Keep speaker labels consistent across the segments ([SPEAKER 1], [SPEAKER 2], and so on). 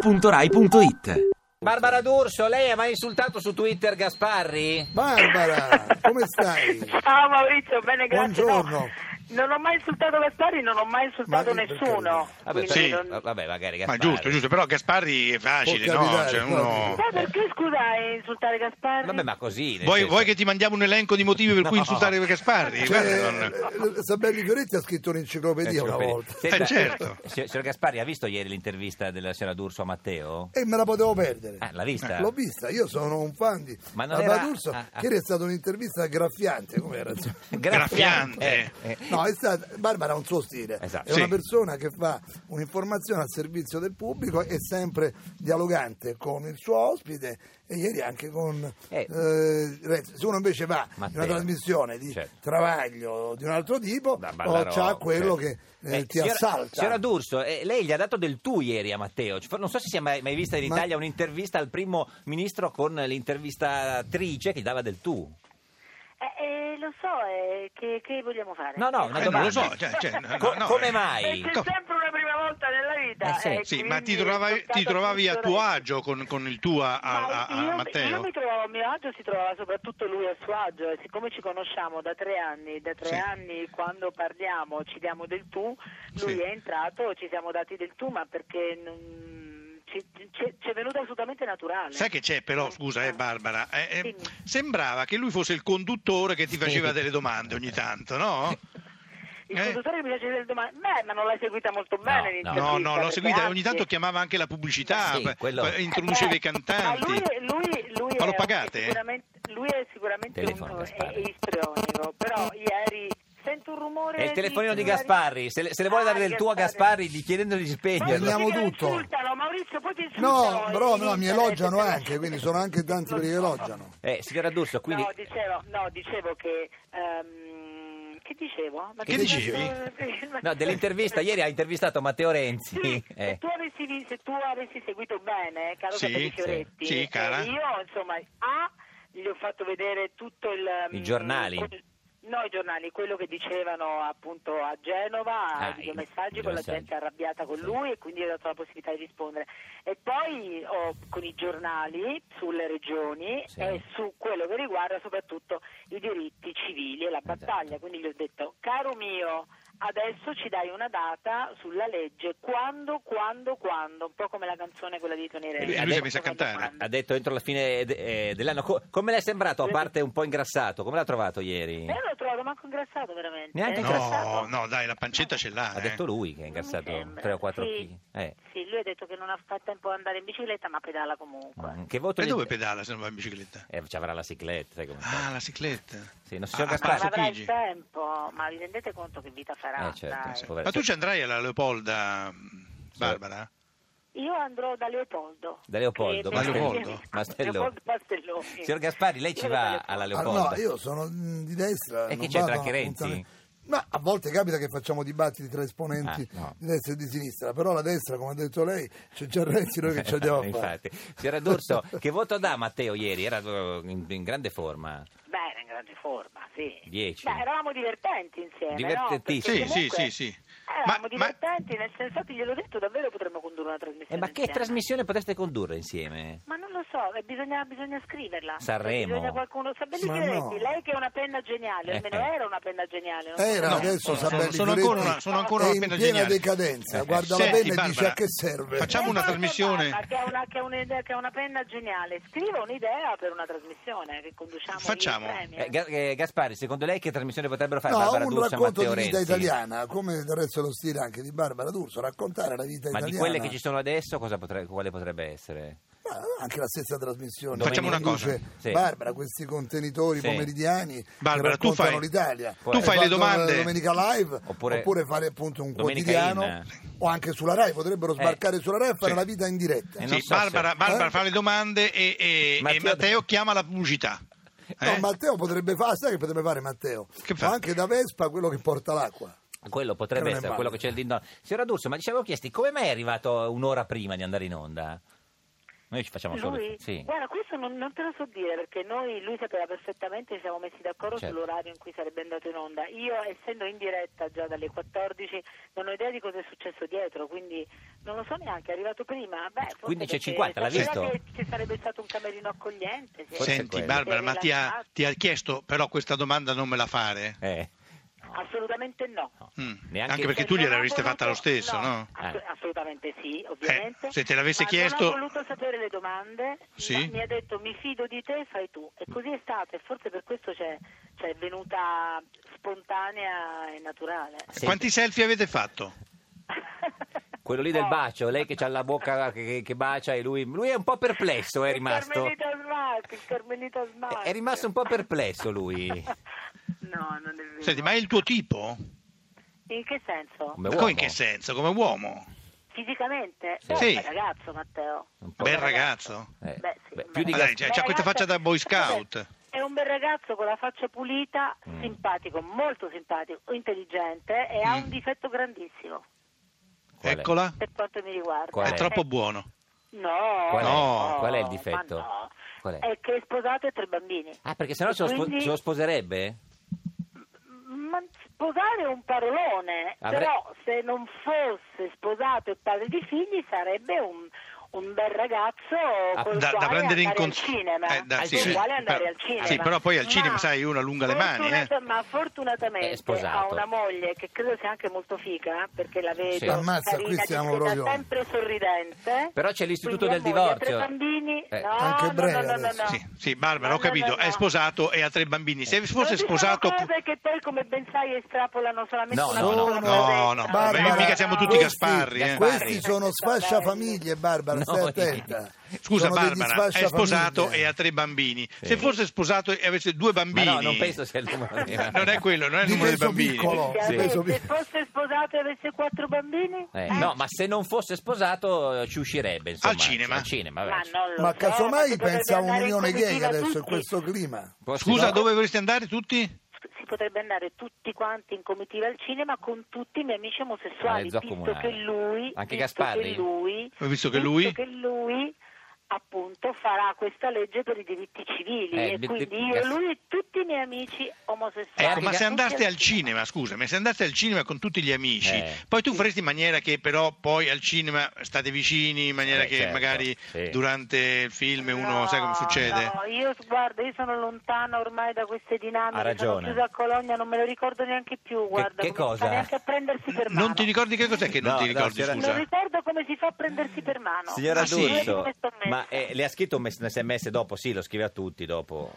[SPEAKER 1] radio2pod.rai.it
[SPEAKER 2] Barbara D'Urso, lei ha mai insultato su Twitter Gasparri?
[SPEAKER 3] Barbara, come stai?
[SPEAKER 4] Ciao Maurizio, bene, grazie.
[SPEAKER 3] Eh, Buongiorno.
[SPEAKER 4] No, non ho mai insultato Gaspari, non ho mai insultato
[SPEAKER 3] Ma-
[SPEAKER 4] nessuno.
[SPEAKER 2] Vabbè,
[SPEAKER 4] quindi
[SPEAKER 5] Sì.
[SPEAKER 4] non-
[SPEAKER 2] vabbè magari
[SPEAKER 5] Ma
[SPEAKER 2] Gasparri.
[SPEAKER 5] giusto, giusto, però Gasparri è facile,
[SPEAKER 3] Può
[SPEAKER 5] no?
[SPEAKER 3] capitare,
[SPEAKER 5] Cioè,
[SPEAKER 3] può
[SPEAKER 5] uno...
[SPEAKER 3] capitare.
[SPEAKER 4] Ma perché scusa insultare Gaspari?
[SPEAKER 2] Vabbè, ma così. nel
[SPEAKER 5] vuoi,
[SPEAKER 2] senso- Eh,
[SPEAKER 5] vuoi che ti mandiamo un elenco di motivi per cui
[SPEAKER 2] No.
[SPEAKER 5] insultare Gasparri? Guarda,
[SPEAKER 3] Cioè,
[SPEAKER 5] non-
[SPEAKER 3] eh, Sabelli Fioretti ha scritto un'enciclopedia una
[SPEAKER 2] Enciclopedia.
[SPEAKER 3] volta
[SPEAKER 2] Senta,
[SPEAKER 5] Eh, certo.
[SPEAKER 2] si- Signor Gasparri, ha visto ieri l'intervista della signora D'Urso a Matteo?
[SPEAKER 3] e me la potevo perdere.
[SPEAKER 2] Ah, l'ha vista?
[SPEAKER 3] L'ho vista, io sono un fan di
[SPEAKER 2] Ma non
[SPEAKER 3] Barbara
[SPEAKER 2] era-
[SPEAKER 3] D'Urso.
[SPEAKER 2] ah, ah.
[SPEAKER 3] Ieri è stata un'intervista graffiante, come era?
[SPEAKER 5] Graffiante.
[SPEAKER 2] Eh, eh.
[SPEAKER 3] No, è stata... Barbara ha un suo stile,
[SPEAKER 2] Esatto.
[SPEAKER 3] è una
[SPEAKER 5] Sì.
[SPEAKER 3] persona che fa un'informazione al servizio del pubblico e sempre dialogante con il suo ospite e ieri anche con
[SPEAKER 2] Eh.
[SPEAKER 3] eh, Renzi. Se uno invece va in
[SPEAKER 2] Matteo.
[SPEAKER 3] una trasmissione di
[SPEAKER 2] Certo.
[SPEAKER 3] travaglio di un altro tipo,
[SPEAKER 2] Da
[SPEAKER 3] o
[SPEAKER 2] Ballarò,
[SPEAKER 3] c'ha quello
[SPEAKER 2] certo.
[SPEAKER 3] che eh,
[SPEAKER 2] Eh,
[SPEAKER 3] ti
[SPEAKER 2] signora-
[SPEAKER 3] assalta.
[SPEAKER 2] Signora D'Urso, eh, lei gli ha dato del tu ieri a Matteo. Ci fa- Non so se si è mai, mai vista in
[SPEAKER 3] Ma-
[SPEAKER 2] Italia un'intervista al primo ministro con l'intervistatrice che gli dava del tu.
[SPEAKER 4] Eh, eh, lo so, eh, che, che vogliamo fare?
[SPEAKER 2] No, no, una
[SPEAKER 5] Eh, non
[SPEAKER 2] domanda.
[SPEAKER 5] lo so, cioè, cioè, no,
[SPEAKER 2] Co-
[SPEAKER 5] no,
[SPEAKER 2] come
[SPEAKER 5] eh.
[SPEAKER 2] mai?
[SPEAKER 4] Perché è sempre una prima volta nella vita.
[SPEAKER 2] Eh, sì.
[SPEAKER 4] eh,
[SPEAKER 5] Sì,
[SPEAKER 4] quindi
[SPEAKER 5] ma ti
[SPEAKER 4] è
[SPEAKER 5] trovavi, ti
[SPEAKER 4] toccato
[SPEAKER 5] trovavi a
[SPEAKER 4] tutto
[SPEAKER 5] tuo
[SPEAKER 4] da-
[SPEAKER 5] agio con, con il tuo a, a-
[SPEAKER 4] Ma
[SPEAKER 5] a- a
[SPEAKER 4] io, io
[SPEAKER 5] Matteo?
[SPEAKER 4] mi trovavo a mio agio, si trovava soprattutto lui a suo agio e siccome ci conosciamo da tre anni, da tre
[SPEAKER 5] Sì.
[SPEAKER 4] anni quando parliamo ci diamo del tu, lui
[SPEAKER 5] Sì.
[SPEAKER 4] è entrato, ci siamo dati del tu, ma perché non- ci, ci- ci è venuto assolutamente naturale.
[SPEAKER 5] Sai che c'è però, scusa eh Barbara, eh, eh,
[SPEAKER 4] Dimmi.
[SPEAKER 5] sembrava che lui fosse il conduttore che ti faceva delle domande ogni tanto, no?
[SPEAKER 4] Il
[SPEAKER 5] eh?
[SPEAKER 4] conduttore mi piace del domani, beh, ma non l'hai seguita molto bene l'intervista,
[SPEAKER 5] No, no, l'ho
[SPEAKER 4] perché
[SPEAKER 5] seguita, ogni
[SPEAKER 4] anzi-
[SPEAKER 5] tanto chiamava anche la pubblicità,
[SPEAKER 2] Sì,
[SPEAKER 5] pa-
[SPEAKER 2] quello-
[SPEAKER 5] pa- introduceva
[SPEAKER 4] Eh,
[SPEAKER 5] i cantanti.
[SPEAKER 4] Ma lui, lui, lui
[SPEAKER 5] Ma lo
[SPEAKER 4] è
[SPEAKER 5] pagate?
[SPEAKER 4] sicuramente- lui è sicuramente
[SPEAKER 2] Telefono,
[SPEAKER 4] un è,
[SPEAKER 2] Gasparri.
[SPEAKER 4] è istrionico, però ieri sento un rumore
[SPEAKER 2] È il telefonino di Gasparri. Se le, se le vuole
[SPEAKER 4] Ah,
[SPEAKER 2] dare
[SPEAKER 4] di
[SPEAKER 2] del tuo a
[SPEAKER 4] Gasparri.
[SPEAKER 2] Gasparri, gli chiedendogli di
[SPEAKER 4] Poi
[SPEAKER 3] Voglio-
[SPEAKER 2] spegnerlo.
[SPEAKER 3] Togliamo
[SPEAKER 4] tutti che lo
[SPEAKER 3] tutto.
[SPEAKER 4] insultano, Maurizio, poi ti insultano,
[SPEAKER 3] No,
[SPEAKER 4] eh,
[SPEAKER 3] però
[SPEAKER 4] in
[SPEAKER 3] no, mi
[SPEAKER 4] internet,
[SPEAKER 3] elogiano
[SPEAKER 4] però-
[SPEAKER 3] anche, quindi sono anche tanti quelli che elogiano.
[SPEAKER 2] Eh, signora D'Urso, quindi...
[SPEAKER 4] No, dicevo, no, dicevo che... ehm, che dicevo? Ma
[SPEAKER 5] Che dicevi?
[SPEAKER 2] No, dell'intervista, ieri ha intervistato Matteo Renzi.
[SPEAKER 4] Sì, se,
[SPEAKER 2] Eh,
[SPEAKER 4] tu avessi, vi- se tu avessi seguito bene, eh, caro
[SPEAKER 5] Sì,
[SPEAKER 4] Capelli
[SPEAKER 5] sì.
[SPEAKER 4] Fioretti,
[SPEAKER 5] Sì, cara.
[SPEAKER 4] eh, io insomma A gli ho fatto vedere tutto il...
[SPEAKER 2] I
[SPEAKER 4] mm,
[SPEAKER 2] giornali.
[SPEAKER 4] quel- No, i giornali, quello che dicevano appunto a Genova,
[SPEAKER 2] Ah,
[SPEAKER 4] ai
[SPEAKER 2] i-
[SPEAKER 4] videomessaggi
[SPEAKER 2] i
[SPEAKER 4] con la
[SPEAKER 2] messaggi.
[SPEAKER 4] gente arrabbiata con
[SPEAKER 2] Sì.
[SPEAKER 4] lui e quindi ho dato la possibilità di rispondere. E poi ho- con i giornali sulle regioni
[SPEAKER 2] Sì.
[SPEAKER 4] e su quello che riguarda soprattutto i diritti civili e la
[SPEAKER 2] Esatto.
[SPEAKER 4] battaglia. Quindi gli ho detto, caro mio, adesso ci dai una data sulla legge, quando, quando, quando, un po' come la canzone quella di Tony Rey.
[SPEAKER 2] E lui si è
[SPEAKER 5] messo a cantare.
[SPEAKER 2] ha detto entro la fine de- eh, dell'anno. Co- come le è sembrato, a parte un po' ingrassato? Come l'ha trovato ieri?
[SPEAKER 4] E l'ho trovato manco ingrassato veramente.
[SPEAKER 2] Neanche
[SPEAKER 4] Eh,
[SPEAKER 5] No,
[SPEAKER 4] ingrassato?
[SPEAKER 5] no, dai, la pancetta ce l'ha.
[SPEAKER 2] Ha
[SPEAKER 5] eh.
[SPEAKER 2] detto lui che è
[SPEAKER 4] Non mi
[SPEAKER 2] ingrassato
[SPEAKER 4] sembra.
[SPEAKER 2] 3 o 4
[SPEAKER 4] Sì.
[SPEAKER 2] kg. Eh.
[SPEAKER 4] Sì, lui ha detto che non ha fatto tempo ad andare in bicicletta, ma pedala comunque.
[SPEAKER 2] Mm, Che voto
[SPEAKER 5] E
[SPEAKER 2] gli-
[SPEAKER 5] dove pedala se non va in bicicletta?
[SPEAKER 2] Eh, ci avrà la cicletta, sai come fa.
[SPEAKER 5] Ah, la cicletta.
[SPEAKER 2] Sì, non so,
[SPEAKER 5] Ah,
[SPEAKER 2] signor
[SPEAKER 5] a
[SPEAKER 2] Gasparri.
[SPEAKER 4] Ma
[SPEAKER 5] Palazzo
[SPEAKER 4] avrà il
[SPEAKER 5] Chigi.
[SPEAKER 4] tempo, ma vi rendete conto che vita farà?
[SPEAKER 2] Eh, certo,
[SPEAKER 4] dai.
[SPEAKER 2] sì.
[SPEAKER 5] Ma tu ci andrai alla Leopolda, Barbara?
[SPEAKER 4] Io andrò da Leopoldo.
[SPEAKER 2] Da Leopoldo,
[SPEAKER 4] Che-
[SPEAKER 5] Ma Leopoldo?
[SPEAKER 2] Mastello.
[SPEAKER 4] Leopoldo Mastelloni.
[SPEAKER 2] Signor Gasparri, lei ci
[SPEAKER 4] Io vado da
[SPEAKER 2] va
[SPEAKER 4] Leopoldo.
[SPEAKER 2] alla
[SPEAKER 3] Ah,
[SPEAKER 2] Leopolda?
[SPEAKER 3] no, io sono mm, di destra.
[SPEAKER 2] E
[SPEAKER 3] non
[SPEAKER 2] che c'entra
[SPEAKER 3] vado
[SPEAKER 2] anche
[SPEAKER 3] a
[SPEAKER 2] Renzi?
[SPEAKER 3] appuntamenti. Ma a volte capita che facciamo dibattiti tra esponenti
[SPEAKER 2] Ah, no.
[SPEAKER 3] di destra e di sinistra, però la destra, come ha detto lei, c'è già Renzi, noi che ci andiamo a fare.
[SPEAKER 2] Infatti. Signora D'Urso, che voto dà Matteo ieri? Era eh, in, in grande forma.
[SPEAKER 4] Beh, era in grande forma, sì.
[SPEAKER 2] Dieci.
[SPEAKER 4] Beh, eravamo divertenti insieme.
[SPEAKER 2] Divertentissimi.
[SPEAKER 4] No?
[SPEAKER 5] Sì,
[SPEAKER 4] Perché comunque
[SPEAKER 5] sì, sì, sì.
[SPEAKER 4] Eravamo
[SPEAKER 5] Ma- ma-
[SPEAKER 4] divertenti, nel senso che gliel'ho detto, davvero potremmo condurre una trasmissione.
[SPEAKER 2] Eh, ma che
[SPEAKER 4] insieme.
[SPEAKER 2] trasmissione potreste condurre insieme?
[SPEAKER 4] Ma non lo so, eh, bisogna, bisogna scriverla.
[SPEAKER 2] Sanremo.
[SPEAKER 4] Bisogna qualcuno. Sabelli
[SPEAKER 3] Ma no.
[SPEAKER 4] Fioretti, lei che è una penna geniale,
[SPEAKER 2] Eh,
[SPEAKER 4] almeno
[SPEAKER 2] eh.
[SPEAKER 4] era una penna geniale. non
[SPEAKER 3] Era
[SPEAKER 4] so.
[SPEAKER 5] No,
[SPEAKER 3] Eh, adesso
[SPEAKER 5] sono-
[SPEAKER 3] Sabelli
[SPEAKER 5] sono
[SPEAKER 3] Fioretti
[SPEAKER 5] ancora una- sono ancora
[SPEAKER 3] è
[SPEAKER 5] una
[SPEAKER 3] in
[SPEAKER 5] penna
[SPEAKER 3] piena
[SPEAKER 5] geniale.
[SPEAKER 3] decadenza,
[SPEAKER 2] Eh,
[SPEAKER 3] guarda la
[SPEAKER 5] senti,
[SPEAKER 3] penna e dice
[SPEAKER 5] Barbara,
[SPEAKER 3] a che serve.
[SPEAKER 5] facciamo-
[SPEAKER 4] Eh,
[SPEAKER 5] una
[SPEAKER 4] no,
[SPEAKER 5] trasmissione.
[SPEAKER 4] ma Che è una, che è un'idea- che è una penna geniale. Scriva un'idea per una trasmissione che conduciamo
[SPEAKER 5] Facciamo.
[SPEAKER 4] io e Premier.
[SPEAKER 2] Eh, Ga- eh, Gaspari, secondo lei che trasmissione potrebbero fare
[SPEAKER 3] No,
[SPEAKER 2] Barbara
[SPEAKER 3] un
[SPEAKER 2] D'Urso e
[SPEAKER 3] racconto
[SPEAKER 2] Matteo
[SPEAKER 3] di
[SPEAKER 2] Renzi?
[SPEAKER 3] vita italiana, come del resto è lo stile anche di Barbara D'Urso, raccontare la vita
[SPEAKER 2] Ma
[SPEAKER 3] italiana.
[SPEAKER 2] di quelle che ci sono adesso, cosa potre- quale potrebbe essere?
[SPEAKER 3] Ma anche la stessa trasmissione.
[SPEAKER 2] Facciamo
[SPEAKER 3] Come
[SPEAKER 5] una cosa.
[SPEAKER 3] dice
[SPEAKER 2] Sì.
[SPEAKER 3] Barbara, questi contenitori
[SPEAKER 2] Sì.
[SPEAKER 3] pomeridiani
[SPEAKER 5] Barbara,
[SPEAKER 3] che
[SPEAKER 5] tu
[SPEAKER 3] raccontano
[SPEAKER 5] fai-
[SPEAKER 3] l'Italia.
[SPEAKER 2] tu
[SPEAKER 3] E
[SPEAKER 5] fai le
[SPEAKER 3] fanno la
[SPEAKER 5] domande.
[SPEAKER 3] Domenica live, oppure,
[SPEAKER 2] Oppure-
[SPEAKER 3] fare appunto un
[SPEAKER 2] Domenica
[SPEAKER 3] quotidiano
[SPEAKER 2] in.
[SPEAKER 3] o anche sulla Rai, potrebbero sbarcare sulla Rai e fare
[SPEAKER 5] Eh, Sì.
[SPEAKER 3] la vita in diretta.
[SPEAKER 2] Eh, non
[SPEAKER 5] Sì,
[SPEAKER 2] so
[SPEAKER 5] Barbara,
[SPEAKER 2] se-
[SPEAKER 5] Barbara
[SPEAKER 3] Eh?
[SPEAKER 5] fa le domande e, e- e
[SPEAKER 2] Matteo-
[SPEAKER 5] Matteo... chiama la pubblicità.
[SPEAKER 3] No,
[SPEAKER 5] Eh?
[SPEAKER 3] Matteo potrebbe fare, sai che potrebbe fare Matteo?
[SPEAKER 5] Che fa?
[SPEAKER 3] Fa anche da Vespa quello che porta l'acqua.
[SPEAKER 2] Quello potrebbe
[SPEAKER 3] Eh, Non è
[SPEAKER 2] essere
[SPEAKER 3] male.
[SPEAKER 2] quello che c'è il dindon. Signora D'Urso, ma ci avevo chiesti come mai è arrivato un'ora prima di andare in onda? Noi ci facciamo solo...
[SPEAKER 4] Lui?
[SPEAKER 2] Sì.
[SPEAKER 4] Guarda, questo non, non te lo so dire perché noi, lui sapeva perfettamente, ci siamo messi d'accordo
[SPEAKER 2] Certo.
[SPEAKER 4] sull'orario in cui sarebbe andato in onda. Io, essendo in diretta già dalle 14, non ho idea di cosa è successo dietro, quindi non lo so neanche, è arrivato prima. Beh, forse
[SPEAKER 2] 15.50,
[SPEAKER 4] perché
[SPEAKER 2] l'ha
[SPEAKER 4] sapeva
[SPEAKER 2] visto?
[SPEAKER 4] che ci sarebbe stato un camerino accogliente. sì.
[SPEAKER 2] Forse è
[SPEAKER 5] Senti
[SPEAKER 2] quello.
[SPEAKER 5] Barbara,
[SPEAKER 4] Si è
[SPEAKER 5] ma ti ha,
[SPEAKER 4] rilassato.
[SPEAKER 5] ti ha chiesto però questa domanda non me la fare?
[SPEAKER 2] Eh,
[SPEAKER 4] Assolutamente no.
[SPEAKER 2] no.
[SPEAKER 5] Mm.
[SPEAKER 2] Eh, Neanche-
[SPEAKER 5] Anche perché tu
[SPEAKER 4] non ha
[SPEAKER 5] gliel'avresti fatta lo
[SPEAKER 4] voluto-
[SPEAKER 5] stesso, no?
[SPEAKER 4] ass-
[SPEAKER 2] Eh.
[SPEAKER 4] assolutamente sì, ovviamente.
[SPEAKER 5] se te l'avesse
[SPEAKER 4] Ma
[SPEAKER 5] chiesto-
[SPEAKER 4] Non ho voluto sapere le domande,
[SPEAKER 5] Sì.
[SPEAKER 4] ma mi ha detto mi fido di te, fai tu. E così è stato, e forse per questo c'è, c'è venuta spontanea e naturale.
[SPEAKER 2] Senti,
[SPEAKER 5] Quanti selfie avete fatto?
[SPEAKER 2] Quello lì del
[SPEAKER 4] No.
[SPEAKER 2] bacio, lei che ha la bocca che, che- che bacia e lui, lui è un po' perplesso, è
[SPEAKER 4] Il
[SPEAKER 2] rimasto.
[SPEAKER 4] Carmelita Smart, il Carmelita Smart.
[SPEAKER 2] È rimasto un po' perplesso lui.
[SPEAKER 4] no, non è vero.
[SPEAKER 5] Senti, ma è il tuo tipo?
[SPEAKER 4] In che senso?
[SPEAKER 2] Come
[SPEAKER 5] Ma
[SPEAKER 2] uomo.
[SPEAKER 5] come in che senso? Come uomo?
[SPEAKER 4] Fisicamente?
[SPEAKER 2] Sì.
[SPEAKER 4] Beh,
[SPEAKER 5] Sì.
[SPEAKER 4] bel ragazzo Matteo.
[SPEAKER 2] Un po'.
[SPEAKER 5] Bel ragazzo?
[SPEAKER 2] Eh,
[SPEAKER 4] Beh, sì,
[SPEAKER 2] beh,
[SPEAKER 4] beh.
[SPEAKER 2] più di
[SPEAKER 5] Guarda,
[SPEAKER 2] Gas-
[SPEAKER 5] c'ha-
[SPEAKER 4] Beh,
[SPEAKER 5] c'ha questa faccia
[SPEAKER 4] ragazzi,
[SPEAKER 5] da boy scout.
[SPEAKER 4] È un bel ragazzo con la faccia pulita,
[SPEAKER 2] Mm.
[SPEAKER 4] simpatico, molto simpatico, intelligente e ha
[SPEAKER 5] Mm.
[SPEAKER 4] un difetto grandissimo
[SPEAKER 2] Qual è?
[SPEAKER 5] Eccola,
[SPEAKER 4] per quanto mi riguarda. Eh,
[SPEAKER 2] Qual
[SPEAKER 5] è troppo buono.
[SPEAKER 4] No,
[SPEAKER 2] Qual è?
[SPEAKER 4] no,
[SPEAKER 2] Qual è il
[SPEAKER 4] ma
[SPEAKER 2] difetto?
[SPEAKER 4] no.
[SPEAKER 2] Qual è?
[SPEAKER 4] è? che è sposato e ha tre bambini.
[SPEAKER 2] Ah, perché sennò ce lo, spo-
[SPEAKER 4] Quindi-
[SPEAKER 2] ce lo sposerebbe?
[SPEAKER 4] Ma sposare è un parolone,
[SPEAKER 2] Avrei-
[SPEAKER 4] però se non fosse sposato e padre di figli sarebbe un, un bel ragazzo
[SPEAKER 2] Ah,
[SPEAKER 4] col
[SPEAKER 5] Da, da
[SPEAKER 4] quale
[SPEAKER 5] prendere in
[SPEAKER 4] andare al
[SPEAKER 5] cons-
[SPEAKER 4] cinema.
[SPEAKER 5] eh, da-
[SPEAKER 4] Col
[SPEAKER 5] sì, sì.
[SPEAKER 4] quale andare
[SPEAKER 5] Però-
[SPEAKER 4] al cinema.
[SPEAKER 5] sì, però poi al
[SPEAKER 4] Ma
[SPEAKER 5] cinema, sai, uno allunga le mani, eh.
[SPEAKER 4] fortunata- Ma
[SPEAKER 2] È
[SPEAKER 4] fortunatamente
[SPEAKER 2] sposato.
[SPEAKER 4] ha una moglie che credo sia anche molto figa, perché la vedo
[SPEAKER 2] Sì.
[SPEAKER 4] carina,
[SPEAKER 3] Ammazza, qui siamo
[SPEAKER 4] discreta,
[SPEAKER 3] proprio-
[SPEAKER 4] sempre sorridente.
[SPEAKER 2] Però c'è l'istituto
[SPEAKER 4] Quindi
[SPEAKER 2] del
[SPEAKER 4] ha moglie, ha
[SPEAKER 2] divorzio.
[SPEAKER 4] Tre bambini.
[SPEAKER 2] Eh,
[SPEAKER 4] no,
[SPEAKER 3] anche
[SPEAKER 4] no,
[SPEAKER 3] breve
[SPEAKER 4] no, no, no,
[SPEAKER 3] adesso.
[SPEAKER 4] no.
[SPEAKER 5] Sì, sì, Barbara,
[SPEAKER 4] No,
[SPEAKER 5] ho capito,
[SPEAKER 4] no, no,
[SPEAKER 5] è
[SPEAKER 4] no.
[SPEAKER 5] sposato e ha tre bambini. Se fosse
[SPEAKER 4] Non ci sono
[SPEAKER 5] sposato... pu-
[SPEAKER 4] cose che poi come ben sai estrapolano solamente
[SPEAKER 2] No,
[SPEAKER 4] una
[SPEAKER 2] no,
[SPEAKER 4] piccola
[SPEAKER 3] no,
[SPEAKER 5] no,
[SPEAKER 4] cosetta.
[SPEAKER 5] no, Barbara,
[SPEAKER 4] Dai,
[SPEAKER 5] mica siamo tutti
[SPEAKER 3] questi-
[SPEAKER 5] Gasparri, eh.
[SPEAKER 3] Questi sono
[SPEAKER 4] Gasparri.
[SPEAKER 3] sfasciafamiglie, Barbara, stai
[SPEAKER 2] Noi.
[SPEAKER 3] attenta.
[SPEAKER 5] Scusa
[SPEAKER 3] Sono degli
[SPEAKER 5] Barbara, è sposato
[SPEAKER 3] sfasciafamiglie.
[SPEAKER 5] e ha tre bambini.
[SPEAKER 2] Sì.
[SPEAKER 5] Se fosse sposato e avesse due
[SPEAKER 2] Ma
[SPEAKER 5] bambini...
[SPEAKER 2] no, non penso sia il numero dei bambini.
[SPEAKER 5] Non è quello, non è il
[SPEAKER 3] Di
[SPEAKER 5] numero dei
[SPEAKER 3] peso
[SPEAKER 5] bambini.
[SPEAKER 3] piccolo.
[SPEAKER 4] Se
[SPEAKER 2] Sì.
[SPEAKER 4] avesse- Se fosse sposato e avesse quattro bambini?
[SPEAKER 2] Eh,
[SPEAKER 4] Eh.
[SPEAKER 2] No, ma se non fosse sposato eh, ci uscirebbe, insomma.
[SPEAKER 5] cinema.
[SPEAKER 2] Al cinema, vabbè.
[SPEAKER 4] Ma non lo
[SPEAKER 3] Ma
[SPEAKER 4] so,
[SPEAKER 3] casomai
[SPEAKER 4] ma potrebbe
[SPEAKER 3] pensa a
[SPEAKER 4] andare in
[SPEAKER 3] un'unione gay
[SPEAKER 4] comitiva
[SPEAKER 3] adesso in
[SPEAKER 4] tutti.
[SPEAKER 3] questo clima.
[SPEAKER 2] Forse
[SPEAKER 5] Scusa,
[SPEAKER 2] no.
[SPEAKER 5] dove vorreste andare tutti?
[SPEAKER 4] Si potrebbe andare tutti quanti in comitiva al cinema con tutti i miei amici
[SPEAKER 2] Alle
[SPEAKER 4] omosessuali, visto
[SPEAKER 2] zoocomunali.
[SPEAKER 4] che lui...
[SPEAKER 2] Anche
[SPEAKER 4] visto
[SPEAKER 2] Gasparri?
[SPEAKER 4] Che lui,
[SPEAKER 5] Ho visto che lui-
[SPEAKER 4] che lui, appunto farà questa legge per i diritti civili
[SPEAKER 2] Eh,
[SPEAKER 4] e
[SPEAKER 2] di- di-
[SPEAKER 4] quindi io,
[SPEAKER 2] Gas-
[SPEAKER 4] lui e tutti i miei amici omosessuali.
[SPEAKER 5] Ecco, ma
[SPEAKER 2] che-
[SPEAKER 5] se andaste
[SPEAKER 4] tutti
[SPEAKER 5] al cinema, scusami, se andaste al cinema con tutti gli amici,
[SPEAKER 2] Eh.
[SPEAKER 5] poi tu faresti in maniera che però poi al cinema state vicini, in maniera
[SPEAKER 2] Eh,
[SPEAKER 5] che
[SPEAKER 2] certo,
[SPEAKER 5] magari
[SPEAKER 2] sì.
[SPEAKER 5] durante il film uno
[SPEAKER 4] No,
[SPEAKER 5] sai come succede?
[SPEAKER 4] No, io guarda, io sono lontana ormai da queste dinamiche.
[SPEAKER 2] Ha ragione.
[SPEAKER 4] Sono chiusa a Colonia, non me lo ricordo neanche più. Guarda,
[SPEAKER 2] che
[SPEAKER 4] come si fa
[SPEAKER 2] cosa?
[SPEAKER 4] Neanche a prendersi per mano.
[SPEAKER 5] Non ti ricordi che cos'è che non
[SPEAKER 2] No,
[SPEAKER 5] ti
[SPEAKER 2] no,
[SPEAKER 5] ricordi,
[SPEAKER 2] c'era-
[SPEAKER 5] scusa?
[SPEAKER 4] Non ricordo come si fa a prendersi per mano.
[SPEAKER 2] Signora
[SPEAKER 5] Ah, sì?
[SPEAKER 2] D'Urso,
[SPEAKER 4] Come sto messa.
[SPEAKER 2] ma eh, le ha scritto un mess- un sms dopo? Sì, lo scrive a tutti dopo.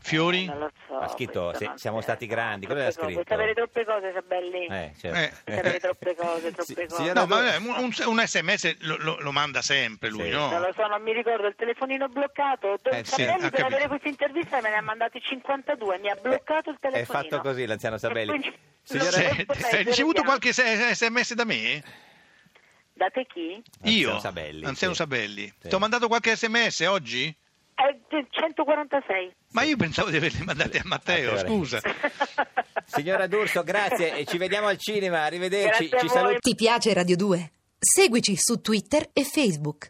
[SPEAKER 5] Fiori?
[SPEAKER 4] Non lo so.
[SPEAKER 2] Ha scritto,
[SPEAKER 4] questo
[SPEAKER 2] se-
[SPEAKER 4] non
[SPEAKER 2] siamo
[SPEAKER 4] so.
[SPEAKER 2] stati grandi, cosa
[SPEAKER 4] Troppe
[SPEAKER 2] l'ha
[SPEAKER 4] cose,
[SPEAKER 2] scritto?
[SPEAKER 4] Sapere troppe cose, Sabelli.
[SPEAKER 2] Eh, certo.
[SPEAKER 5] Eh,
[SPEAKER 4] Sapere troppe cose, troppe
[SPEAKER 2] Sì,
[SPEAKER 4] cose.
[SPEAKER 2] signora
[SPEAKER 5] No, ma eh, un, un sms lo, lo- lo manda sempre lui,
[SPEAKER 2] Sì.
[SPEAKER 5] no?
[SPEAKER 4] Non lo so, non mi ricordo, il telefonino bloccato. Don
[SPEAKER 2] Eh, sì,
[SPEAKER 4] Sabelli
[SPEAKER 5] ho
[SPEAKER 4] per
[SPEAKER 5] capito.
[SPEAKER 4] avere questa intervista me ne ha mandati 52, mi ha bloccato il
[SPEAKER 2] Eh, È
[SPEAKER 4] telefonino.
[SPEAKER 2] fatto così l'anziano
[SPEAKER 4] E
[SPEAKER 2] Sabelli.
[SPEAKER 4] quindi-
[SPEAKER 2] Signora,
[SPEAKER 4] Sì.
[SPEAKER 5] Se- se hai ricevuto qualche se- sms da me?
[SPEAKER 4] Date chi?
[SPEAKER 2] Anziano
[SPEAKER 5] Io,
[SPEAKER 2] Sabelli,
[SPEAKER 5] Anziano
[SPEAKER 2] sì.
[SPEAKER 5] Sabelli.
[SPEAKER 2] Sì.
[SPEAKER 5] Ti ho mandato qualche sms oggi?
[SPEAKER 4] Eh, 146.
[SPEAKER 5] Ma io pensavo di averle mandate a Matteo,
[SPEAKER 2] Matteo,
[SPEAKER 5] scusa.
[SPEAKER 2] signora D'Urso, grazie e ci vediamo al cinema. Arrivederci.
[SPEAKER 4] Grazie a
[SPEAKER 2] Ci
[SPEAKER 4] voi.
[SPEAKER 2] saluti.
[SPEAKER 1] Ti piace Radio 2? Seguici su Twitter e Facebook.